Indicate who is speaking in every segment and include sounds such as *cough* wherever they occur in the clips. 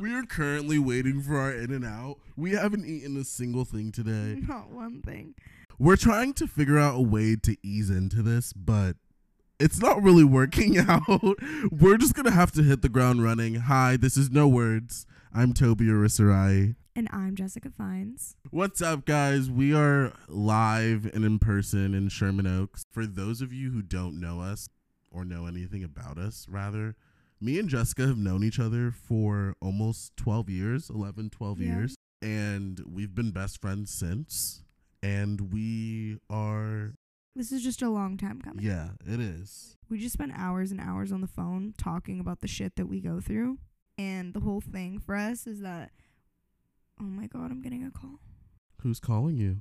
Speaker 1: We are currently waiting for our in and out. We haven't eaten a single thing *laughs* today.
Speaker 2: Not one thing.
Speaker 1: We're trying to figure out a way to ease into this, but it's not really working *laughs* out. We're just gonna have to hit the ground running. Hi, this is No Words. I'm Toby Orisarai.
Speaker 2: And I'm Jessica Fines.
Speaker 1: What's up, guys? We are live and in person in Sherman Oaks. For those of you who don't know us or know anything about us, rather, me and Jessica have known each other for almost 12 years, 11, 12
Speaker 2: Yeah.
Speaker 1: years. And we've been best friends since. And we are,
Speaker 2: This is just a long time coming.
Speaker 1: yeah, it is.
Speaker 2: We just spent hours and hours on the phone talking about the shit that we go through. And the whole thing for us is that, oh my God, I'm getting a call.
Speaker 1: Who's calling you?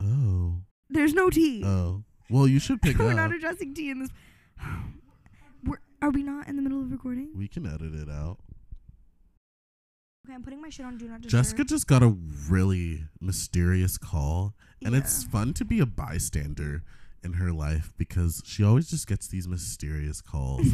Speaker 1: Oh.
Speaker 2: There's no tea. *laughs*
Speaker 1: Oh. Well, you should pick
Speaker 2: We're
Speaker 1: up.
Speaker 2: not addressing tea in this. *sighs* We're, are we not in the middle of recording?
Speaker 1: we can edit it out.
Speaker 2: Okay, I'm putting my shit on Do Not Disturb. *laughs*
Speaker 1: Jessica just got a really mysterious call And
Speaker 2: Yeah.
Speaker 1: it's fun to be a bystander in her life because she always just gets these mysterious
Speaker 2: *laughs*
Speaker 1: calls.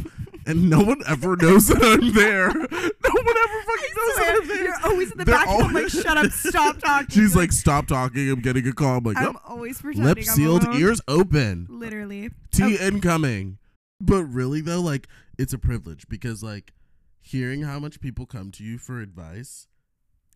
Speaker 1: and no one ever knows that I'm there. *laughs* No one ever fucking knows that I'm there.
Speaker 2: You're always in the
Speaker 1: They're
Speaker 2: back. and
Speaker 1: *laughs*
Speaker 2: I'm like,
Speaker 1: always-
Speaker 2: shut up, stop talking.
Speaker 1: She's like, stop talking. I'm getting a call. I'm like,
Speaker 2: I'm
Speaker 1: yep.
Speaker 2: always pretending
Speaker 1: Lips
Speaker 2: I'm
Speaker 1: sealed,
Speaker 2: alone.
Speaker 1: ears open.
Speaker 2: Literally.
Speaker 1: Tea incoming. But really, though, like, it's a privilege because, like, hearing how much people come to you for advice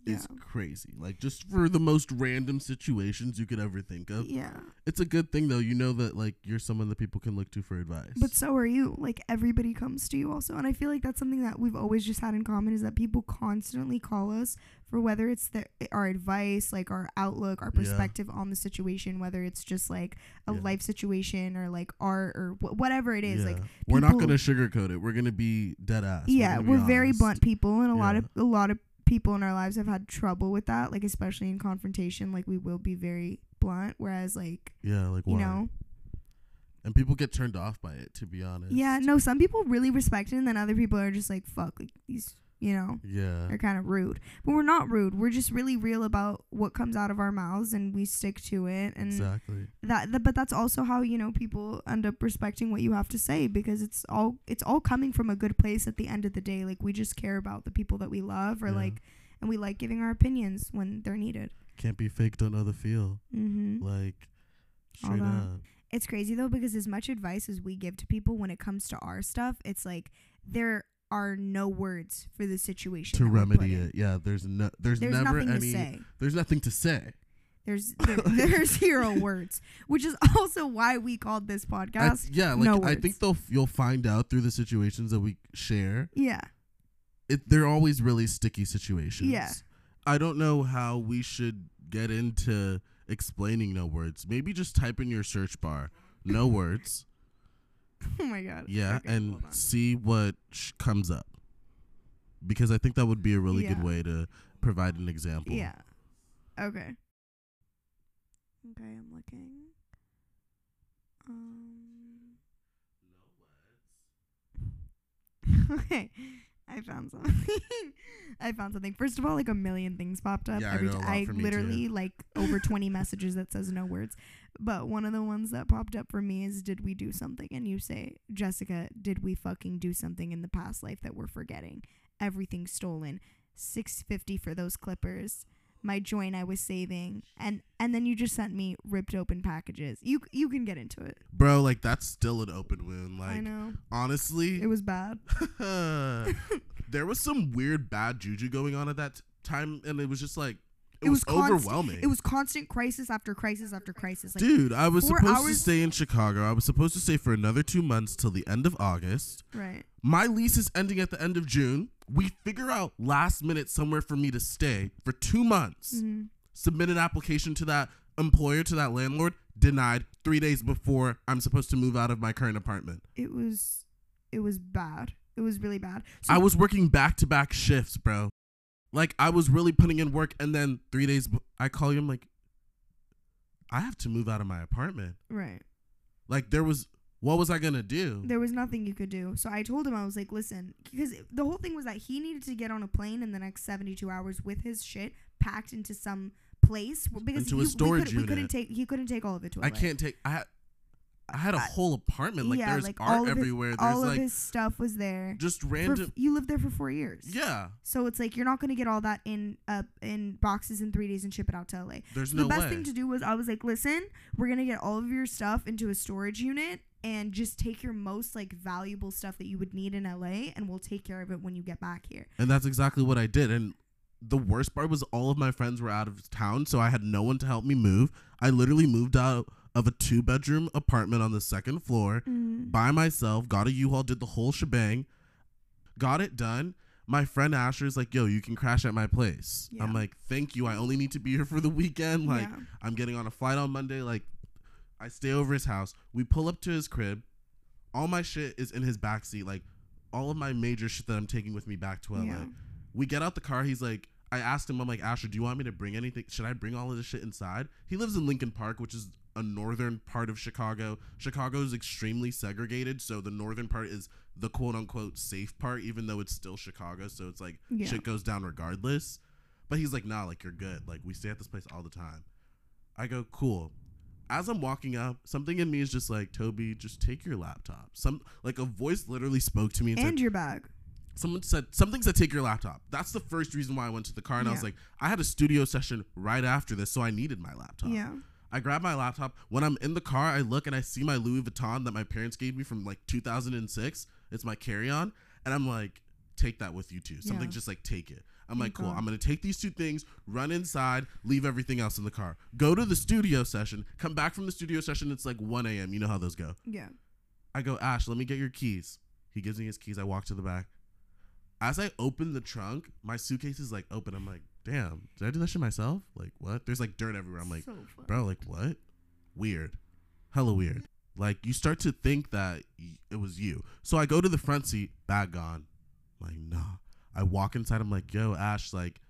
Speaker 1: is
Speaker 2: Yeah.
Speaker 1: crazy. Like, just for the most random situations you could ever think of.
Speaker 2: Oh, Yeah.
Speaker 1: It's a good thing though. You know that like you're someone that people can look to for advice.
Speaker 2: But so are you. Like everybody comes to you also. And I feel like that's something that we've always just had in common is that people constantly call us for whether it's the, eh, our advice, like our outlook, our
Speaker 1: Yeah.
Speaker 2: perspective on the situation, whether it's just like a
Speaker 1: Yeah.
Speaker 2: life situation or like art or wh- whatever it is. Like
Speaker 1: we're not
Speaker 2: people-
Speaker 1: gonna sugarcoat it. We're gonna be dead ass.
Speaker 2: yeah,
Speaker 1: gonna be
Speaker 2: we're very
Speaker 1: honest.
Speaker 2: blunt people and a lot
Speaker 1: Yeah.
Speaker 2: of a lot of people in our lives have had trouble with that, like especially in confrontation, like we will be very blunt whereas like
Speaker 1: Yeah, like
Speaker 2: you
Speaker 1: why?
Speaker 2: know,
Speaker 1: And people get turned off by it. To be honest.
Speaker 2: yeah, no, some people really respect it, and then other people are just like, "Fuck," like these, you know,
Speaker 1: Yeah.
Speaker 2: are kind of rude. But we're not rude. We're just really real about what comes out of our mouths, and we stick to it. And
Speaker 1: Exactly.
Speaker 2: that, that, but that's also how you know people end up respecting what you have to say because it's all it's all coming from a good place at the end of the day. Like we just care about the people that we love, or
Speaker 1: Yeah.
Speaker 2: like, and we like giving our opinions when they're needed.
Speaker 1: Can't be faked on other feel.
Speaker 2: Mm-hmm.
Speaker 1: Like
Speaker 2: All
Speaker 1: straight
Speaker 2: that.
Speaker 1: up.
Speaker 2: It's crazy though because as much advice as we give to people when it comes to our stuff, it's like there are no words for the situation
Speaker 1: To
Speaker 2: that we're put
Speaker 1: remedy
Speaker 2: in.
Speaker 1: it. Yeah. There's no. There's,
Speaker 2: There's
Speaker 1: never
Speaker 2: nothing
Speaker 1: any.
Speaker 2: to say.
Speaker 1: There's nothing to say.
Speaker 2: There's
Speaker 1: *laughs*
Speaker 2: there, there's zero words, which is also why we called this
Speaker 1: I-
Speaker 2: podcast.
Speaker 1: yeah. Like
Speaker 2: no
Speaker 1: I
Speaker 2: words.
Speaker 1: think they'll. f- You'll find out through the situations that we share.
Speaker 2: yeah,
Speaker 1: it they're always really sticky situations.
Speaker 2: Yeah.
Speaker 1: I don't know how we should get into explaining no words. Maybe just type in your search bar
Speaker 2: *laughs*
Speaker 1: no words.
Speaker 2: oh my god.
Speaker 1: Yeah,
Speaker 2: Okay,
Speaker 1: and
Speaker 2: hold on.
Speaker 1: see what sh- comes up. Because I think that would be a really
Speaker 2: Yeah.
Speaker 1: good way to provide an example.
Speaker 2: yeah, okay, okay. I'm looking. Um. okay, *laughs* I found something. *laughs* I found something. First of all, like a million things popped up.
Speaker 1: Yeah, I
Speaker 2: every
Speaker 1: know a
Speaker 2: ti-
Speaker 1: lot
Speaker 2: I
Speaker 1: for me too.
Speaker 2: literally like
Speaker 1: *laughs*
Speaker 2: over 20 messages that says no words. But one of the ones that popped up for me is did we do something? And you say, Jessica, did we fucking do something in the past life that we're forgetting? Everything stolen. 650 for those clippers. My joint I was saving. And and then you just sent me ripped open packages. You you can get into it.
Speaker 1: Bro, like that's still an open wound.
Speaker 2: I
Speaker 1: Like
Speaker 2: know.
Speaker 1: honestly,
Speaker 2: It was bad.
Speaker 1: *laughs* there was some weird bad juju going on at that t- time and it was just like it,
Speaker 2: It
Speaker 1: was,
Speaker 2: was const-
Speaker 1: overwhelming.
Speaker 2: It was constant crisis after crisis after crisis. Like
Speaker 1: Dude, I was
Speaker 2: four
Speaker 1: supposed to
Speaker 2: hours-
Speaker 1: stay in Chicago. I was supposed to stay for another two months till the end of August.
Speaker 2: right.
Speaker 1: My lease is ending at the end of June. We figure out last minute somewhere for me to stay for two months.
Speaker 2: Mhm.
Speaker 1: Submit an application to that employer, to that landlord, denied three days before I'm supposed to move out of my current apartment.
Speaker 2: It was it was bad. It was really bad.
Speaker 1: I was working back to back shifts, bro. Like I was really putting in work, and then three days, b- I call you. I'm like, I have to move out of my apartment.
Speaker 2: right.
Speaker 1: Like there was What was I gonna do?
Speaker 2: There was nothing you could do. So I told him, I was like, listen, because the whole thing was that he needed to get on a plane in the next 72 hours with his shit packed into some place w- because
Speaker 1: Into a
Speaker 2: you- we
Speaker 1: storage
Speaker 2: couldn't- we couldn't
Speaker 1: unit.
Speaker 2: take he couldn't take all of it to
Speaker 1: I
Speaker 2: LA.
Speaker 1: can't take. I had, I had a
Speaker 2: I-
Speaker 1: whole apartment. Like
Speaker 2: yeah,
Speaker 1: there's
Speaker 2: like, all of
Speaker 1: art
Speaker 2: his-
Speaker 1: everywhere. there's
Speaker 2: all of
Speaker 1: like
Speaker 2: his stuff was there.
Speaker 1: just
Speaker 2: For f-
Speaker 1: random.
Speaker 2: you lived there for four years.
Speaker 1: yeah,
Speaker 2: So it's like you're not gonna get all that in uh in boxes in three days and ship it out to LA.
Speaker 1: there's
Speaker 2: the
Speaker 1: no
Speaker 2: best
Speaker 1: way.
Speaker 2: thing to do was I was like, listen, we're gonna get all of your stuff into a storage unit and just take your most like valuable stuff that you would need in LA and we'll take care of it when you get back here.
Speaker 1: and that's exactly what I did. And the worst part was all of my friends were out of town, so I had no one to help me move. I literally moved out of a two bedroom apartment on the second floor by myself, got a U-Haul, did the whole shebang, got it done. My friend Asher's like, yo, you can crash at my place.
Speaker 2: Yeah.
Speaker 1: I'm like, thank you. I only need to be here for the weekend. Like,
Speaker 2: Yeah.
Speaker 1: I'm getting on a flight on Monday. Like, I stay over his house. We pull up to his crib. All my shit is in his backseat. Like, all of my major shit that I'm taking with me back to LA.
Speaker 2: Yeah.
Speaker 1: We get out the car. He's like, I asked him, I'm like, Asher, do you want me to bring anything? Should I bring all of this shit inside? He lives in Lincoln Park, which is a northern part of Chicago. Chicago is extremely segregated. So the northern part is the quote unquote safe part, even though it's still Chicago. So it's like
Speaker 2: Yeah.
Speaker 1: shit goes down regardless. But he's like, nah, like you're good. Like we stay at this place all the time. I go, cool. As I'm walking up, something in me is just like, Toby, just take your laptop. Some like a voice literally spoke to me and,
Speaker 2: And
Speaker 1: said,
Speaker 2: your bag.
Speaker 1: someone said something said take your laptop. That's the first reason why I went to the car and I was
Speaker 2: Yeah.
Speaker 1: like, I had a studio session right after this, so I needed my laptop.
Speaker 2: Yeah.
Speaker 1: I grab my laptop. When I'm in the car, I look and I see my Louis Vuitton that my parents gave me from like 2006. It's my carry-on, and I'm like, take that with you too. Something
Speaker 2: Yeah. Oh
Speaker 1: just like take it. I'm like, cool.
Speaker 2: God.
Speaker 1: I'm gonna take these two things, run inside, leave everything else in the car, go to the studio session, come back from the studio session. It's like 1 a.m. You know how those go.
Speaker 2: Yeah.
Speaker 1: I go, Ash, let me get your keys. He gives me his keys. I walk to the back. As I open the trunk, my suitcase is like open. I'm like, damn, did I do that shit myself? Like, what? There's like dirt everywhere. I'm like,
Speaker 2: So fun.
Speaker 1: bro, like, what? Weird. Hella weird. Like, you start to think that y- it was you. So I go to the front seat, bag gone. I'm like, nah. I walk inside. I'm like, yo, Ash, like,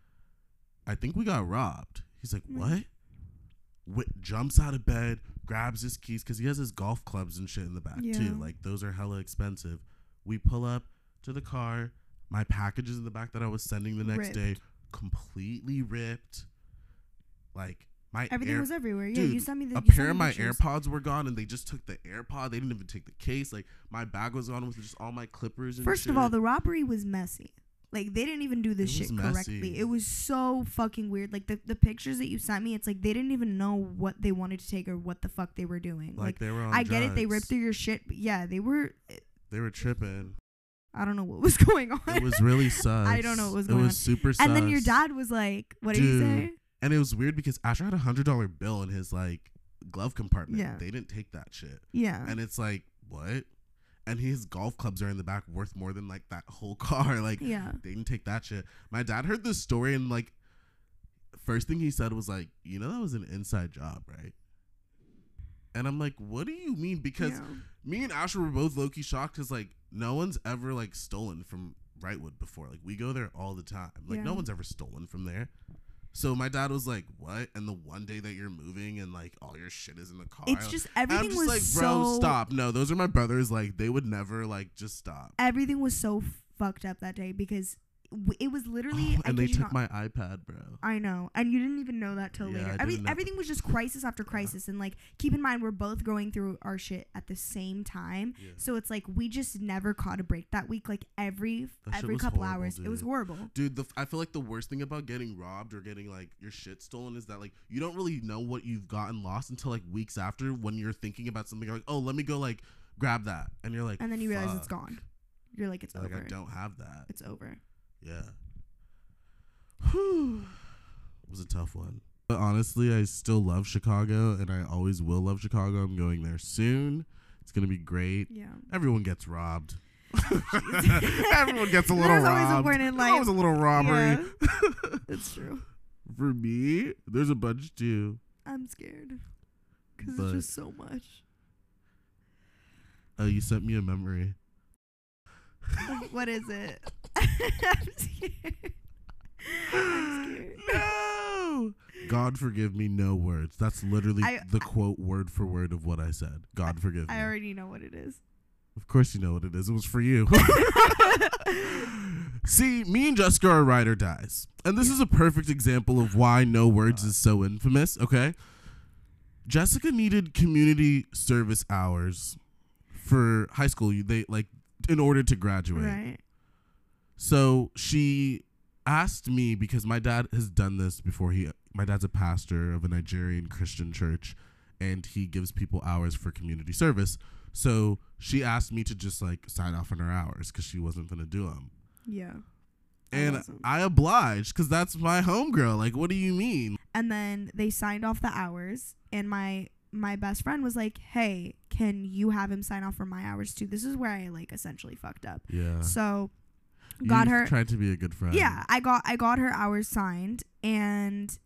Speaker 1: I think we got robbed. He's like,
Speaker 2: Mm.
Speaker 1: what? Wi jumps out of bed, grabs his keys because he has his golf clubs and shit in the back
Speaker 2: Yeah.
Speaker 1: too. Like those are hella expensive. We pull up to the car. My package is in the back that I was sending the next day,
Speaker 2: Ripped.
Speaker 1: completely ripped. Like my
Speaker 2: Everything
Speaker 1: air-
Speaker 2: was everywhere. Yeah, you
Speaker 1: Dude,
Speaker 2: sent me the
Speaker 1: a
Speaker 2: you sent
Speaker 1: pair
Speaker 2: me
Speaker 1: of my
Speaker 2: pictures.
Speaker 1: AirPods were gone, and they just took the AirPod. They didn't even take the case. Like my bag was gone with just all my clippers. And
Speaker 2: First
Speaker 1: shit.
Speaker 2: of all, the robbery was messy. Like they didn't even do this
Speaker 1: It was
Speaker 2: shit correctly.
Speaker 1: messy.
Speaker 2: It was so fucking weird. Like the, the pictures that you sent me, it's like they didn't even know what they wanted to take or what the fuck they were doing.
Speaker 1: like
Speaker 2: Like,
Speaker 1: they were on
Speaker 2: I get it, they ripped
Speaker 1: drugs.
Speaker 2: through your shit, but yeah, they were
Speaker 1: They were
Speaker 2: *laughs*
Speaker 1: tripping.
Speaker 2: I don't know what was *laughs* going on.
Speaker 1: It was really sus.
Speaker 2: I don't know what was going
Speaker 1: It
Speaker 2: on.
Speaker 1: was super sus.
Speaker 2: and then your dad was like, What did you say?
Speaker 1: Dude, And it was weird because Asher had a hundred dollar bill in his like glove compartment.
Speaker 2: Yeah.
Speaker 1: They didn't take that shit.
Speaker 2: Yeah.
Speaker 1: And it's like, what? And his golf clubs are in the back worth more than like that whole *laughs* car. Like
Speaker 2: Yeah.
Speaker 1: they didn't take that shit. My dad heard this story and like first thing he said was like, you know that was an inside job, right? And I'm like, what do you mean? Because
Speaker 2: Yeah.
Speaker 1: me and Asher were both low key shocked because like no one's ever like stolen from Wrightwood before. Like we go there all the time. Like no
Speaker 2: Yeah.
Speaker 1: one's ever stolen from there. So my dad was like, "What?" And the one day that you're moving and like all your shit is in the car,
Speaker 2: It's just everything
Speaker 1: I'm just
Speaker 2: was
Speaker 1: like,
Speaker 2: so
Speaker 1: "Bro, stop! No, those are my brothers. Like they would never like just stop."
Speaker 2: everything was so fucked up that day because w- it was literally
Speaker 1: Oh, *laughs*
Speaker 2: I
Speaker 1: and they
Speaker 2: kid you
Speaker 1: took
Speaker 2: not,
Speaker 1: my iPad, bro.
Speaker 2: I know, and you didn't even know that till
Speaker 1: Yeah,
Speaker 2: later.
Speaker 1: I
Speaker 2: Every,
Speaker 1: didn't know.
Speaker 2: everything was just crisis after crisis, and like keep in mind we're both going through our shit at the same time,
Speaker 1: Yeah.
Speaker 2: so it's like we just never caught a break that week. Like every
Speaker 1: That shit
Speaker 2: every
Speaker 1: was
Speaker 2: couple
Speaker 1: horrible,
Speaker 2: hours, it was
Speaker 1: dude.
Speaker 2: horrible.
Speaker 1: Dude, the, f- I feel like the worst thing about getting robbed or getting like your shit stolen is that like you don't really know what you've gotten lost until like weeks after when you're thinking about something. You're like, oh, let me go like grab that, and you're like,
Speaker 2: And then you realize it's
Speaker 1: "Fuck."
Speaker 2: gone. You're like, it's
Speaker 1: Like
Speaker 2: over.
Speaker 1: I don't have
Speaker 2: *laughs*
Speaker 1: that.
Speaker 2: It's over.
Speaker 1: Yeah. Whew. It was a tough one. But honestly, I still love Chicago and I always will love Chicago. I'm going there soon. It's going to be great.
Speaker 2: Yeah.
Speaker 1: Everyone gets robbed. *laughs* Everyone gets a little
Speaker 2: There's always
Speaker 1: robbed.
Speaker 2: a point in
Speaker 1: There's always
Speaker 2: life.
Speaker 1: a little robbery. *laughs*
Speaker 2: It's true.
Speaker 1: For me, there's a bunch too.
Speaker 2: I'm scared because
Speaker 1: But-
Speaker 2: it's just so much.
Speaker 1: Oh, you sent me a memory.
Speaker 2: what is it? *laughs* I'm scared. I'm scared.
Speaker 1: *laughs* No! God forgive me, no words. That's literally
Speaker 2: I-
Speaker 1: the quote word for word of what I said. God forgive me.
Speaker 2: I already know what it is.
Speaker 1: of course you know what it is. It was for you. *laughs* See, me and Jessica are ride or dies. And this is a perfect example of why no words is so infamous, okay? Jessica needed community service hours for high school. You- They like in order to graduate.
Speaker 2: Right.
Speaker 1: So she asked me because my dad has done this before. He my dad's a pastor of a Nigerian Christian church and he gives people hours for community service. So she asked me to just like sign off on her hours cuz she wasn't going to do them.
Speaker 2: Yeah. I
Speaker 1: And
Speaker 2: wasn't.
Speaker 1: I obliged cuz that's my homegirl. Like what do you mean?
Speaker 2: and then they signed off the hours and my my best friend was like hey can you have him sign off for my hours too this is where i like essentially fucked up
Speaker 1: Yeah.
Speaker 2: so got her
Speaker 1: trying to be a good friend.
Speaker 2: yeah i got i got her hours signed and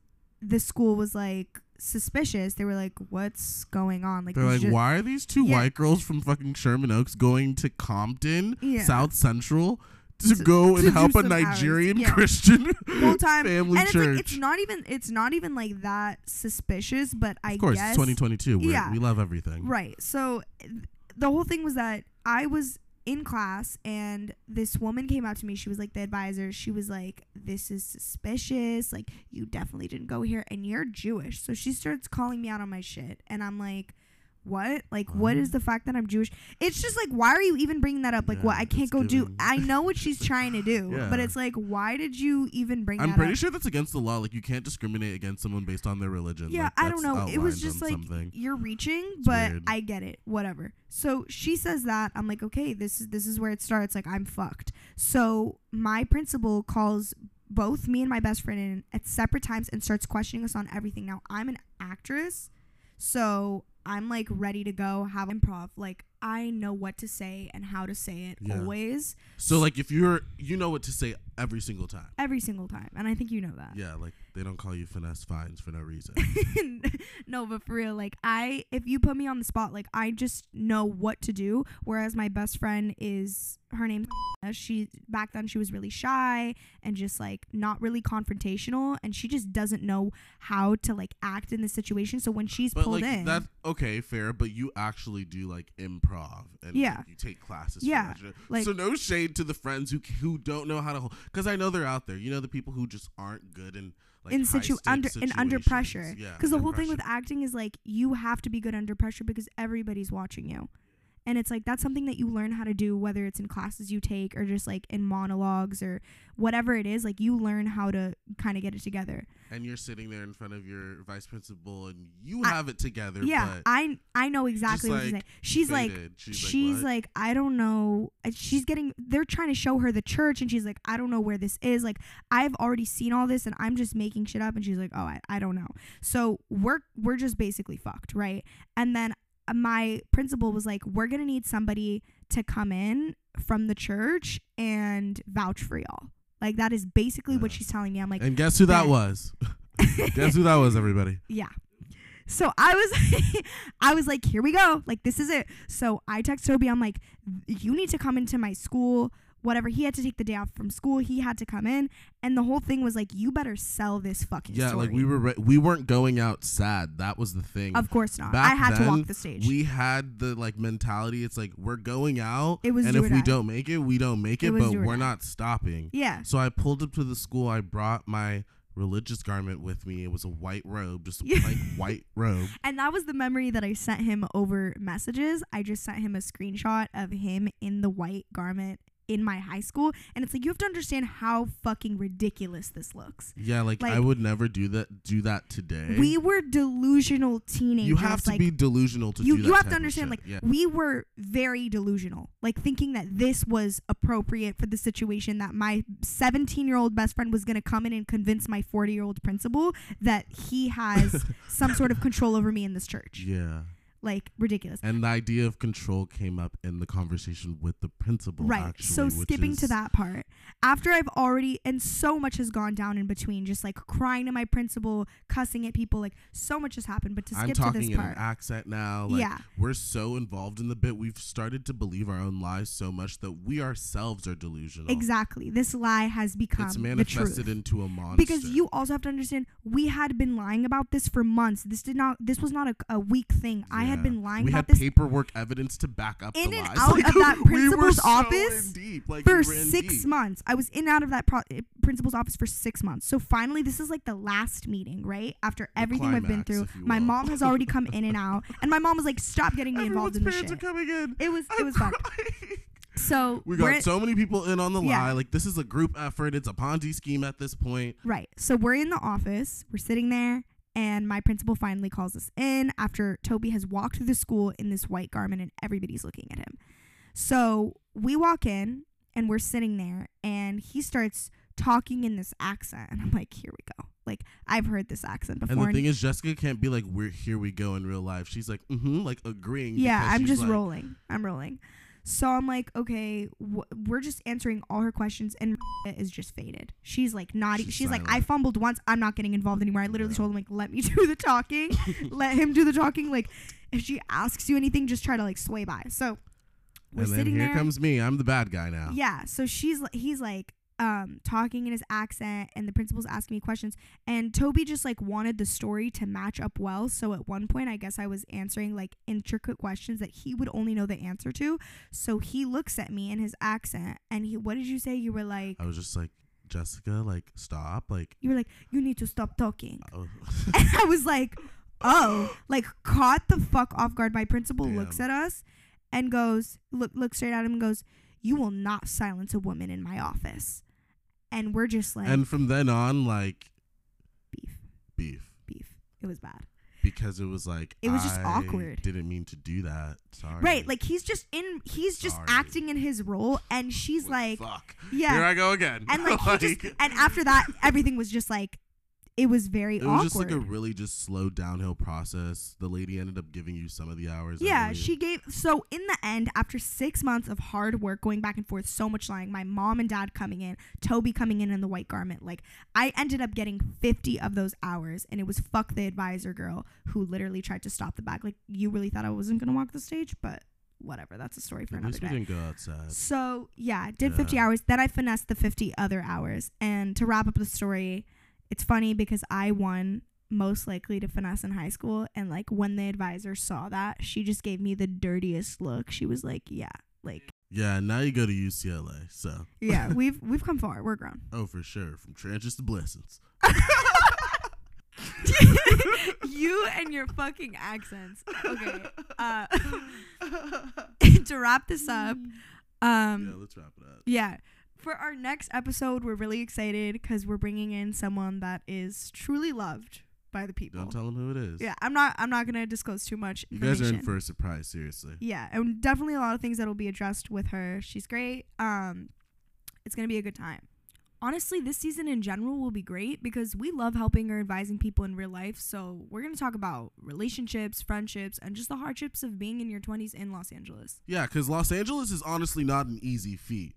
Speaker 2: the school was like suspicious they were like what's going on like
Speaker 1: They're
Speaker 2: this
Speaker 1: like,
Speaker 2: is ju-
Speaker 1: why are these two
Speaker 2: Yeah.
Speaker 1: white girls from fucking Sherman Oaks going to Compton,
Speaker 2: Yeah.
Speaker 1: South Central, to,
Speaker 2: To-
Speaker 1: go
Speaker 2: to
Speaker 1: and
Speaker 2: do
Speaker 1: help a
Speaker 2: some hours."
Speaker 1: Nigerian
Speaker 2: Yeah.
Speaker 1: Christian *laughs*
Speaker 2: full-time
Speaker 1: family
Speaker 2: and it's
Speaker 1: church?
Speaker 2: like it's not even it's not even like that suspicious but i
Speaker 1: of course,
Speaker 2: guess
Speaker 1: it's 2022. We're,
Speaker 2: Yeah.
Speaker 1: We love everything.
Speaker 2: Right. So th- the whole thing was that I was in class and this woman came up to me. She was like the advisor. She was like, "This is suspicious. Like you definitely didn't go here and you're Jewish." So she starts calling me out on my shit and I'm like, "What? Like what is the fact that I'm Jewish?" It's just like, "Why are you even bringing that up? Like
Speaker 1: Yeah,
Speaker 2: what? I can't
Speaker 1: it's
Speaker 2: go do.
Speaker 1: giving-
Speaker 2: I know what she's trying to do,
Speaker 1: *laughs*
Speaker 2: but
Speaker 1: Yeah.
Speaker 2: it's like, why did you even bring
Speaker 1: I'm
Speaker 2: that
Speaker 1: pretty
Speaker 2: up?"
Speaker 1: sure that's against the law. Like, you can't discriminate against someone based on their religion.
Speaker 2: Yeah,
Speaker 1: Like,
Speaker 2: I don't
Speaker 1: that's
Speaker 2: know. It was
Speaker 1: outlined
Speaker 2: just
Speaker 1: on
Speaker 2: like
Speaker 1: something.
Speaker 2: you're reaching, but
Speaker 1: weird.
Speaker 2: I get it. Whatever. So she says that I'm like, okay, this is this is where it starts. Like I'm fucked. So my principal calls both me and my best friend in at separate times and starts questioning us on everything. Now I'm an actress, so I'm like ready to go have improv. Like I know what to say and how to say it
Speaker 1: Yeah.
Speaker 2: always,
Speaker 1: So, like, if you're, you know what to say every single time.
Speaker 2: every single time, and I think you know that.
Speaker 1: Yeah, like, they don't call you finesse fines for no reason.
Speaker 2: *laughs* no, but for real, like I, if you put me on the spot, like I just know what to do. Whereas my best friend is her name's she back then she was really shy and just like not really confrontational, and she just doesn't know how to like act in this situation. So when she's
Speaker 1: But
Speaker 2: pulled
Speaker 1: like
Speaker 2: in,
Speaker 1: that's okay, fair. But you actually do like improv, and
Speaker 2: Yeah.
Speaker 1: like, you take classes. for
Speaker 2: Yeah,
Speaker 1: that shit.
Speaker 2: like-
Speaker 1: so no shade to the friends who who don't know how to hold, because I know they're out there. You know the people who just aren't good in like
Speaker 2: in situ
Speaker 1: high-stakes
Speaker 2: under and under
Speaker 1: situations.
Speaker 2: pressure.
Speaker 1: Yeah,
Speaker 2: Because the
Speaker 1: under
Speaker 2: whole thing with
Speaker 1: pressure.
Speaker 2: acting is like you have to be good under pressure because everybody's watching you. And it's like that's something that you learn how to do, whether it's in classes you take or just like in monologues or whatever it is. Like you learn how to kind of get it together.
Speaker 1: and you're sitting there in front of your vice principal, and you
Speaker 2: I-
Speaker 1: have it together.
Speaker 2: yeah,
Speaker 1: but
Speaker 2: I I know exactly
Speaker 1: like,
Speaker 2: what she's saying. She's like,
Speaker 1: faded. she's,
Speaker 2: she's,
Speaker 1: what?
Speaker 2: like, I don't know. And She's getting. They're trying to show her the church, and she's like, I don't know where this is. Like, I've already seen all this, and I'm just making shit up. And she's like, Oh, I, I don't know. So we're we're just basically fucked, right? And then uh, my principal was like, We're gonna need somebody to come in from the church and vouch for y'all. Like that is basically what
Speaker 1: Yeah.
Speaker 2: she's telling me. I'm like,
Speaker 1: and guess who that
Speaker 2: that- *laughs*
Speaker 1: was? guess who that was? Everybody.
Speaker 2: yeah. So I was *laughs* I was like, here we go. Like this is it. So I text Toby, I'm like, you need to come into my school. Whatever. He had to take the day off from school. He had to come in. And the whole thing was like, you better sell this fucking
Speaker 1: Yeah,
Speaker 2: story.
Speaker 1: like we were re- we weren't going out sad. That was the thing.
Speaker 2: Of course not.
Speaker 1: Back
Speaker 2: I had to
Speaker 1: then,
Speaker 2: walk the stage.
Speaker 1: we had the like mentality it's like we're going out
Speaker 2: It was
Speaker 1: and
Speaker 2: do
Speaker 1: if
Speaker 2: or
Speaker 1: we
Speaker 2: die.
Speaker 1: don't make it we don't make
Speaker 2: It
Speaker 1: it,
Speaker 2: was
Speaker 1: but
Speaker 2: do or
Speaker 1: we're
Speaker 2: die.
Speaker 1: not stopping
Speaker 2: yeah.
Speaker 1: so i pulled up to the school i brought my religious garment with me it was a white robe
Speaker 2: *laughs*
Speaker 1: just a
Speaker 2: Yeah.
Speaker 1: like white robe
Speaker 2: And that was the memory that I sent him over messages. I just sent him a screenshot of him in the white garment in my high school. And it's like, you have to understand how fucking ridiculous this looks.
Speaker 1: yeah like, i
Speaker 2: Like-
Speaker 1: would never do that do that today
Speaker 2: We were delusional teenagers.
Speaker 1: you have to
Speaker 2: like,
Speaker 1: be delusional to
Speaker 2: you,
Speaker 1: do that
Speaker 2: you have
Speaker 1: type
Speaker 2: to
Speaker 1: of
Speaker 2: understand like
Speaker 1: shit. yeah
Speaker 2: we were very delusional like thinking that this was appropriate for the situation that my 17 year old best friend was going to come in and convince my
Speaker 1: *laughs*
Speaker 2: 40 year old principal that he has some sort of control over me in this church
Speaker 1: yeah
Speaker 2: Like ridiculous.
Speaker 1: And the idea of control came up in the conversation with the principal.
Speaker 2: Right.
Speaker 1: Actually,
Speaker 2: so
Speaker 1: which
Speaker 2: skipping to
Speaker 1: is-
Speaker 2: that part, after I've already and so much has gone down in between, just like crying to my principal, cussing at people, like so much has happened. But to skip
Speaker 1: I'm
Speaker 2: to
Speaker 1: talking
Speaker 2: this
Speaker 1: in
Speaker 2: part,
Speaker 1: an accent now. Like,
Speaker 2: Yeah.
Speaker 1: We're so involved in the bit, we've started to believe our own lies so much that we ourselves are delusional.
Speaker 2: exactly, this lie has become
Speaker 1: It's
Speaker 2: um, the
Speaker 1: manifested
Speaker 2: truth.
Speaker 1: into a monster.
Speaker 2: because you also have to understand we had been lying about this for months this did not this was not a, a weak thing i had
Speaker 1: Yeah.
Speaker 2: been lying
Speaker 1: We
Speaker 2: about
Speaker 1: had
Speaker 2: this
Speaker 1: paperwork evidence to back up
Speaker 2: In
Speaker 1: the
Speaker 2: and
Speaker 1: lies. *laughs*
Speaker 2: out of that
Speaker 1: we were
Speaker 2: principal's
Speaker 1: so
Speaker 2: office
Speaker 1: in deep. Like,
Speaker 2: for
Speaker 1: we were in
Speaker 2: six
Speaker 1: deep.
Speaker 2: months i was in and out of that pro- eh, principal's office for six months so finally this is like the last meeting right after everything i've been
Speaker 1: climax,
Speaker 2: through
Speaker 1: if you
Speaker 2: my
Speaker 1: will.
Speaker 2: mom has
Speaker 1: *laughs*
Speaker 2: already come in and out and my mom was like stop getting me
Speaker 1: Everyone's
Speaker 2: involved in this
Speaker 1: parents
Speaker 2: shit
Speaker 1: are coming in.
Speaker 2: it was it
Speaker 1: I'm *laughs*
Speaker 2: was fun
Speaker 1: crying.
Speaker 2: so
Speaker 1: We
Speaker 2: we're
Speaker 1: got
Speaker 2: in-
Speaker 1: so many people in on the
Speaker 2: Yeah.
Speaker 1: lie. Like this is a group effort. It's a Ponzi scheme at this point.
Speaker 2: Right. So we're in the office, we're sitting there, and my principal finally calls us in after Toby has walked through the school in this white garment and everybody's looking at him. So we walk in and we're sitting there, and he starts talking in this accent. *laughs* And I'm like, here we go. Like, I've heard this accent
Speaker 1: And
Speaker 2: before.
Speaker 1: the
Speaker 2: and-
Speaker 1: thing is, Jessica can't be like, "We're here, we go" in real life. She's like, "Mm-hmm," like agreeing.
Speaker 2: yeah,
Speaker 1: because
Speaker 2: I'm
Speaker 1: she's
Speaker 2: just
Speaker 1: like,
Speaker 2: rolling. I'm rolling. So I'm like, okay, wh- we're just answering all her questions, and *laughs* is just faded. She's like, not. e-
Speaker 1: She's
Speaker 2: She's, like, I
Speaker 1: silent.
Speaker 2: fumbled once. I'm not getting involved anymore. I literally
Speaker 1: Yeah.
Speaker 2: told him like, let me *laughs* do the
Speaker 1: *laughs*
Speaker 2: talking, let him do the talking. Like, if she asks you anything, just try to like sway by. So we're
Speaker 1: And then
Speaker 2: sitting
Speaker 1: here
Speaker 2: there.
Speaker 1: comes me. I'm the bad guy now.
Speaker 2: Yeah. So she's li- he's like um talking in his accent and the principal's asking me questions and Toby just like wanted the story to match up well. So at one point I guess I was answering like intricate questions that he would only know the answer to. So he looks at me in his accent and he what did you say? You were like
Speaker 1: I was just like, Jessica, like, stop, like.
Speaker 2: you were like you need to stop talking.
Speaker 1: *laughs* Oh.
Speaker 2: And *laughs* I was like, "Oh, like caught the fuck off guard." My principal looks at us and goes, look look straight at him and goes, "You will not silence a woman in my office." And we're just like,
Speaker 1: and from then on, like,
Speaker 2: beef,
Speaker 1: beef
Speaker 2: beef. It was bad.
Speaker 1: because it was like
Speaker 2: It was just
Speaker 1: "I
Speaker 2: awkward.
Speaker 1: Didn't mean to do that. Sorry.
Speaker 2: Right, like he's just in he's just
Speaker 1: Sorry.
Speaker 2: acting in his role and she's like,
Speaker 1: fuck.
Speaker 2: yeah.
Speaker 1: Here I go again.
Speaker 2: and like,
Speaker 1: *laughs*
Speaker 2: he just and after that everything was just like it was very
Speaker 1: It
Speaker 2: awkward.
Speaker 1: was just like a really just slow downhill process. The lady ended up giving you some of the hours. I
Speaker 2: Yeah,
Speaker 1: believe.
Speaker 2: she gave. So in the end, after six months of hard work, going back and forth, so much lying, my mom and dad coming in, Toby coming in in the white garment, like I ended up getting fifty of those hours, and it was fuck the advisor girl who literally tried to stop the back. Like you really thought I wasn't gonna walk the stage, but whatever. That's a story for
Speaker 1: At
Speaker 2: another
Speaker 1: least we
Speaker 2: day.
Speaker 1: didn't go outside.
Speaker 2: So yeah, I did
Speaker 1: Yeah.
Speaker 2: fifty hours. Then I finessed the fifty other hours. And to wrap up the story, it's funny because I won most likely to finesse in high school and like when the advisor saw that she just gave me the dirtiest look she was like yeah like
Speaker 1: Yeah, now you go to UCLA. So.
Speaker 2: yeah we've we've come far we're grown *laughs*
Speaker 1: Oh, for sure. From trenches to blessings.
Speaker 2: you and your fucking accents *laughs* okay uh um, to wrap this up um
Speaker 1: yeah, let's wrap it up.
Speaker 2: Yeah. For our next episode, we're really excited because we're bringing in someone that is truly loved by the people.
Speaker 1: Don't tell them who it is.
Speaker 2: yeah, I'm not. I'm not gonna disclose too much
Speaker 1: You guys
Speaker 2: information.
Speaker 1: are in for a surprise, seriously.
Speaker 2: yeah, and definitely a lot of things that'll be addressed with her. She's great. Um, it's gonna be a good time. Honestly, this season in general will be great because we love helping or advising people in real life. So we're gonna talk about relationships, friendships, and just the hardships of being in your 20s in Los Angeles.
Speaker 1: Yeah, because Los Angeles is honestly not an easy feat.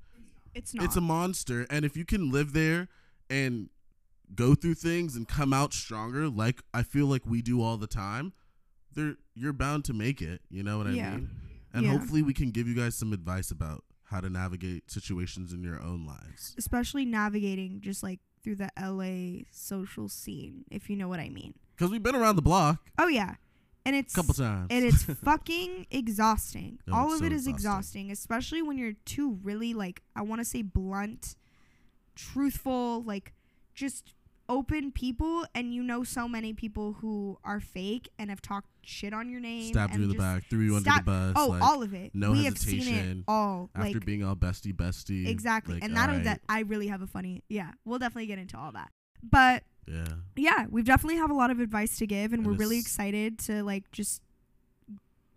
Speaker 2: It's not.
Speaker 1: It's a monster. And if you can live there and go through things and come out stronger, like I feel like we do all the time, there you're bound to make it. You know what I
Speaker 2: Yeah.
Speaker 1: mean? And
Speaker 2: Yeah.
Speaker 1: hopefully we can give you guys some advice about how to navigate situations in your own lives.
Speaker 2: especially navigating just like through the LA social scene, if you know what I mean.
Speaker 1: Because we've been around the block
Speaker 2: Oh yeah, and it's
Speaker 1: a couple times. *laughs*
Speaker 2: and it's fucking exhausting.
Speaker 1: No,
Speaker 2: All
Speaker 1: it's
Speaker 2: of
Speaker 1: so
Speaker 2: it is
Speaker 1: exhausting.
Speaker 2: exhausting, especially when you're two really like I want to say blunt, truthful, like just open people, and you know so many people who are fake and have talked shit on your name,
Speaker 1: stabbed
Speaker 2: and
Speaker 1: you in the
Speaker 2: just-
Speaker 1: back, threw you under
Speaker 2: stab-
Speaker 1: the bus.
Speaker 2: Oh,
Speaker 1: like,
Speaker 2: all of it.
Speaker 1: no
Speaker 2: we have seen it
Speaker 1: hesitation
Speaker 2: all.
Speaker 1: after
Speaker 2: like
Speaker 1: being all bestie bestie.
Speaker 2: Exactly.
Speaker 1: like,
Speaker 2: and that
Speaker 1: alright,
Speaker 2: that I really have a funny yeah, we'll definitely get into all that. But
Speaker 1: Yeah.
Speaker 2: yeah, we definitely have a lot of advice to give and,
Speaker 1: And
Speaker 2: we're really
Speaker 1: it's-
Speaker 2: excited to like just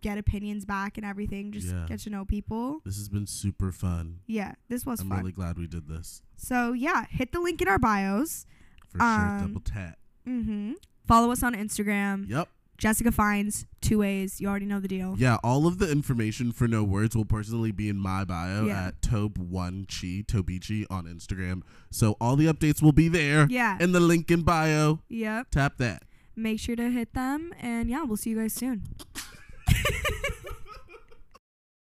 Speaker 2: get opinions back and everything, just
Speaker 1: Yeah.
Speaker 2: get to know people.
Speaker 1: This has been super fun.
Speaker 2: Yeah, this was
Speaker 1: I'm
Speaker 2: fun.
Speaker 1: really glad we did this.
Speaker 2: so yeah, hit the link in our bios.
Speaker 1: For sure.
Speaker 2: Um,
Speaker 1: Double tap.
Speaker 2: Mm-hmm. Follow us on Instagram.
Speaker 1: Yep.
Speaker 2: Jessica finds two A's. You already know the deal.
Speaker 1: Yeah, all of the information for No Words will personally be in my bio
Speaker 2: Yeah.
Speaker 1: at Tobe1Chi, Tobichi on Instagram. So all the updates will be there
Speaker 2: Yeah.
Speaker 1: in the link in bio.
Speaker 2: Yep.
Speaker 1: Tap that.
Speaker 2: *laughs* Make sure to hit them. And yeah, we'll see you guys soon.